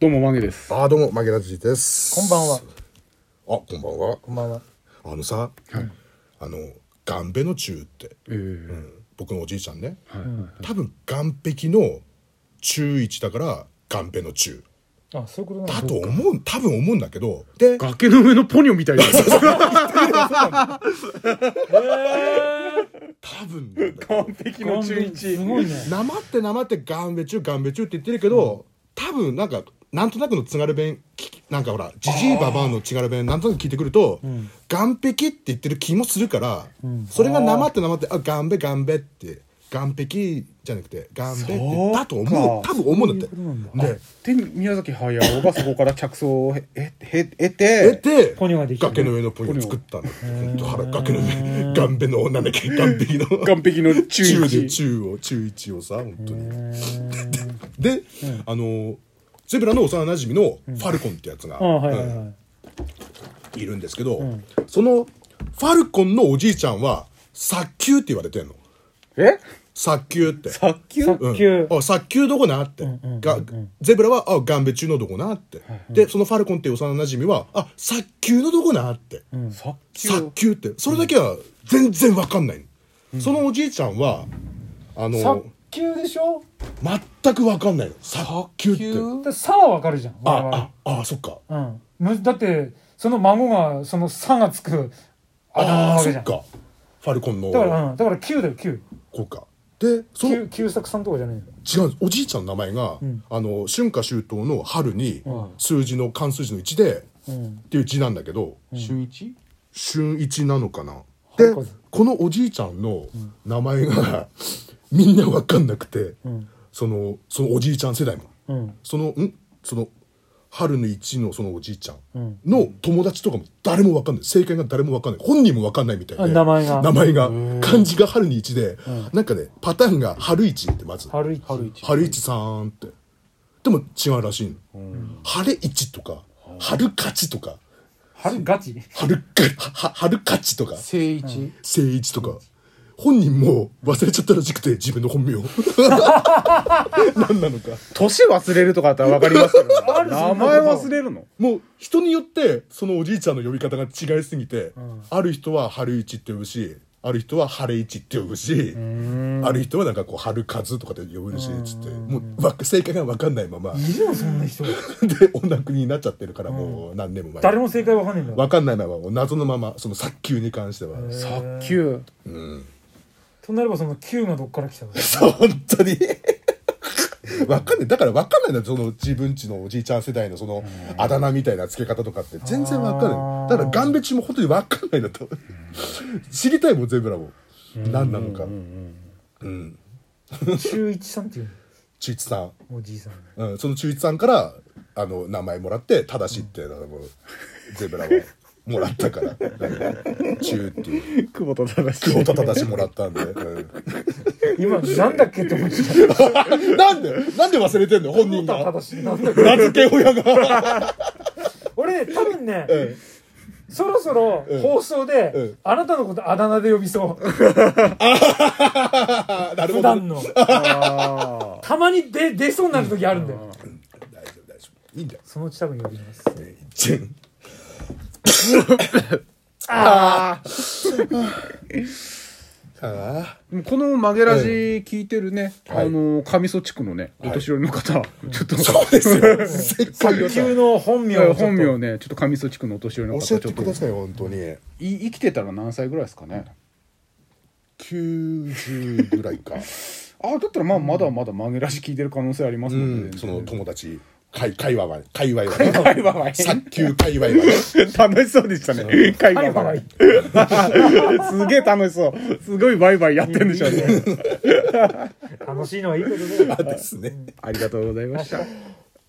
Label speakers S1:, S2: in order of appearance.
S1: どうも、マゲです。
S2: あーどうも、マゲラジです。
S3: こんばんは。
S2: あ、こんばんは。
S3: こんばんは。
S2: あのさ、あの、ガンベの中って、
S1: えー
S2: 僕のおじいちゃんね、
S1: はいはい
S2: 多分、岸壁の中一だから、岸壁の中。
S3: あ、そういうことな
S2: だ
S3: んだ
S2: と。思う、多分思うんだけど、で、
S1: 崖の上のポニョみたいな。
S2: 多分なんだけど、
S1: 完璧の中一。
S3: すごいね。
S2: なまってなまって、ガンベ中、ガンベ中って言ってるけど、多分なんか、なんとなくの津軽弁聞き、なんかほら、じじいばばあの津軽弁、なんとなく聞いてくると、岸壁って言ってる気もするから、それがなまってなまって、あ、ガンベ、ガンベって、岸壁じゃなくて、ガンベって
S1: そう、か
S2: だと思う、多分思うんだって。で、
S1: で、宮崎駿がそこから着想をへ、へ、へ、得
S2: 得
S1: て、
S2: て、
S3: ポニョができた
S2: 崖の上のポニョを作ったんだって。本当腹、崖の上、ガンベの、なんだっ け、ガンベの。
S1: 完璧の中
S2: 中で
S1: 一。
S2: 中を中一をさ本当に で、あのゼブラの幼馴染のファルコンってやつが、
S3: あ、はいはい
S2: うん
S3: はい。
S2: いるんですけど、そのファルコンのおじいちゃんは殺球って言われてんの
S1: え
S2: 殺球って
S1: 卓球
S3: さ
S2: うん
S3: 卓球
S2: あ早急どこなって、がゼブラはあガンベ中のどこなって、でそのファルコンっていう幼馴染はあ早急のどこなって、
S1: 卓
S2: 早急ってそれだけは全然わかんないの、そのおじいちゃんはあの
S3: 卓球でしょ
S2: 全く分かんないの卓球って
S3: だってさはわかるじゃん。我々
S2: あああそっか
S3: うんむ。だって、その孫が、そのさがつくあだ名な
S2: ああ
S3: わ
S2: そ
S3: けじゃ
S2: っ
S3: ん。
S2: かファルコンの
S3: だから、うん。だから9だよ、9。
S2: こうかでその違う
S3: 9、九作さんとかじゃないの
S2: おじいちゃんの名前が、あの春夏秋冬の春に数字の漢数字の1で、っていう字なんだけど、
S4: 週一
S2: 春一なのかなで
S3: はい
S2: このおじいちゃんの名前が、みんな分かんなくて、そのそのおじいちゃん世代も、
S3: うん。
S2: そのんその春の一のそのおじいちゃんの友達とかも誰もわかんない正解が誰もわかんない本人もわかんないみたい
S3: あ
S2: で
S3: 名前が
S2: 名前が漢字が春に一で、なんかねパターンが春一ってまず
S3: 春一。
S4: 春一
S2: 春一さんってでも違うらしいの、晴れ一とか春勝ちとか
S3: 春ガチ
S2: 春かは春勝ちとか
S4: 正一
S2: 正一とか本人も忘れちゃったらしくて自分の本名を何なのか
S1: 年忘れるとかだったらわかりますけど、名前忘れるの
S2: もう人によってそのおじいちゃんの呼び方が違いすぎて、ある人は春一って呼ぶしある人は晴れ一って呼ぶしある人はなんかこう春風とかで呼ぶしつってもうわ正解が分かんないま ま
S3: いるよ、そんな人。
S2: でお亡くになっちゃってるからもう何年も前
S3: 誰も正解わかんねえんだよ。
S2: 分かんないまま謎のままその早急に関しては
S1: 卓球。
S3: となれば、その9がどっから来たの
S2: そう本当にわかんないだからわかんないんだよその自分ちのおじいちゃん世代のそのあだ名みたいな付け方とかって全然わかんないだからガンベチも本当にわかんないんだと 知りたいもん全部らも何なのか
S3: 中一さんっていう
S2: 中一さん、
S3: のおじいさん。
S2: うん、その中一さんからあの名前もらって「ただし」っていうのもゼブラはもらったからうん中っていう
S1: 久保田正し。
S2: 久保田正もらったん で、う
S3: 今、なんだっけって思っちゃった。
S2: んなんでなんで忘れてんの本人が
S3: 正しい なんだ
S2: 名付け親が
S3: 俺ね多分ね、
S2: うん
S3: そろそろ放送で、
S2: うん
S3: あなたのことあだ名で呼び そう
S2: あなる
S3: 普
S2: ほどね
S3: 段のたまに出出そうになる時あるんだよ
S2: 大丈夫大丈夫いいんだよ
S3: そのうち多分呼びます
S2: チンあーあ
S1: この曲げラジ聞いてるね、
S2: はい
S1: あの、上曽地区のね、お年寄りの方、ちょっと、
S2: そうですよせっかくよ
S3: 急の本名をちょっと
S1: 本名ね、ちょっと上曽地区のお年寄りの方、ち
S2: 教
S1: ょ
S2: え
S1: ってと
S2: ください本当に
S1: い生きてたら何歳ぐらいですかね
S2: 90ぐらいか、
S1: ああだったらまあまだまだ曲げラジ聞いてる可能性あります
S2: う
S1: もんね、
S2: ん、その友達会界隈は界隈は
S1: 会
S2: ね
S1: 話は
S2: 卓球界隈はね
S1: 楽しそうでしたね会
S3: はい
S1: 話
S3: は
S1: はい すげえ楽しそうすごいバイバイやってんでしょうね
S3: 楽しいのはいいけどね
S2: ですね
S1: ありがとうございました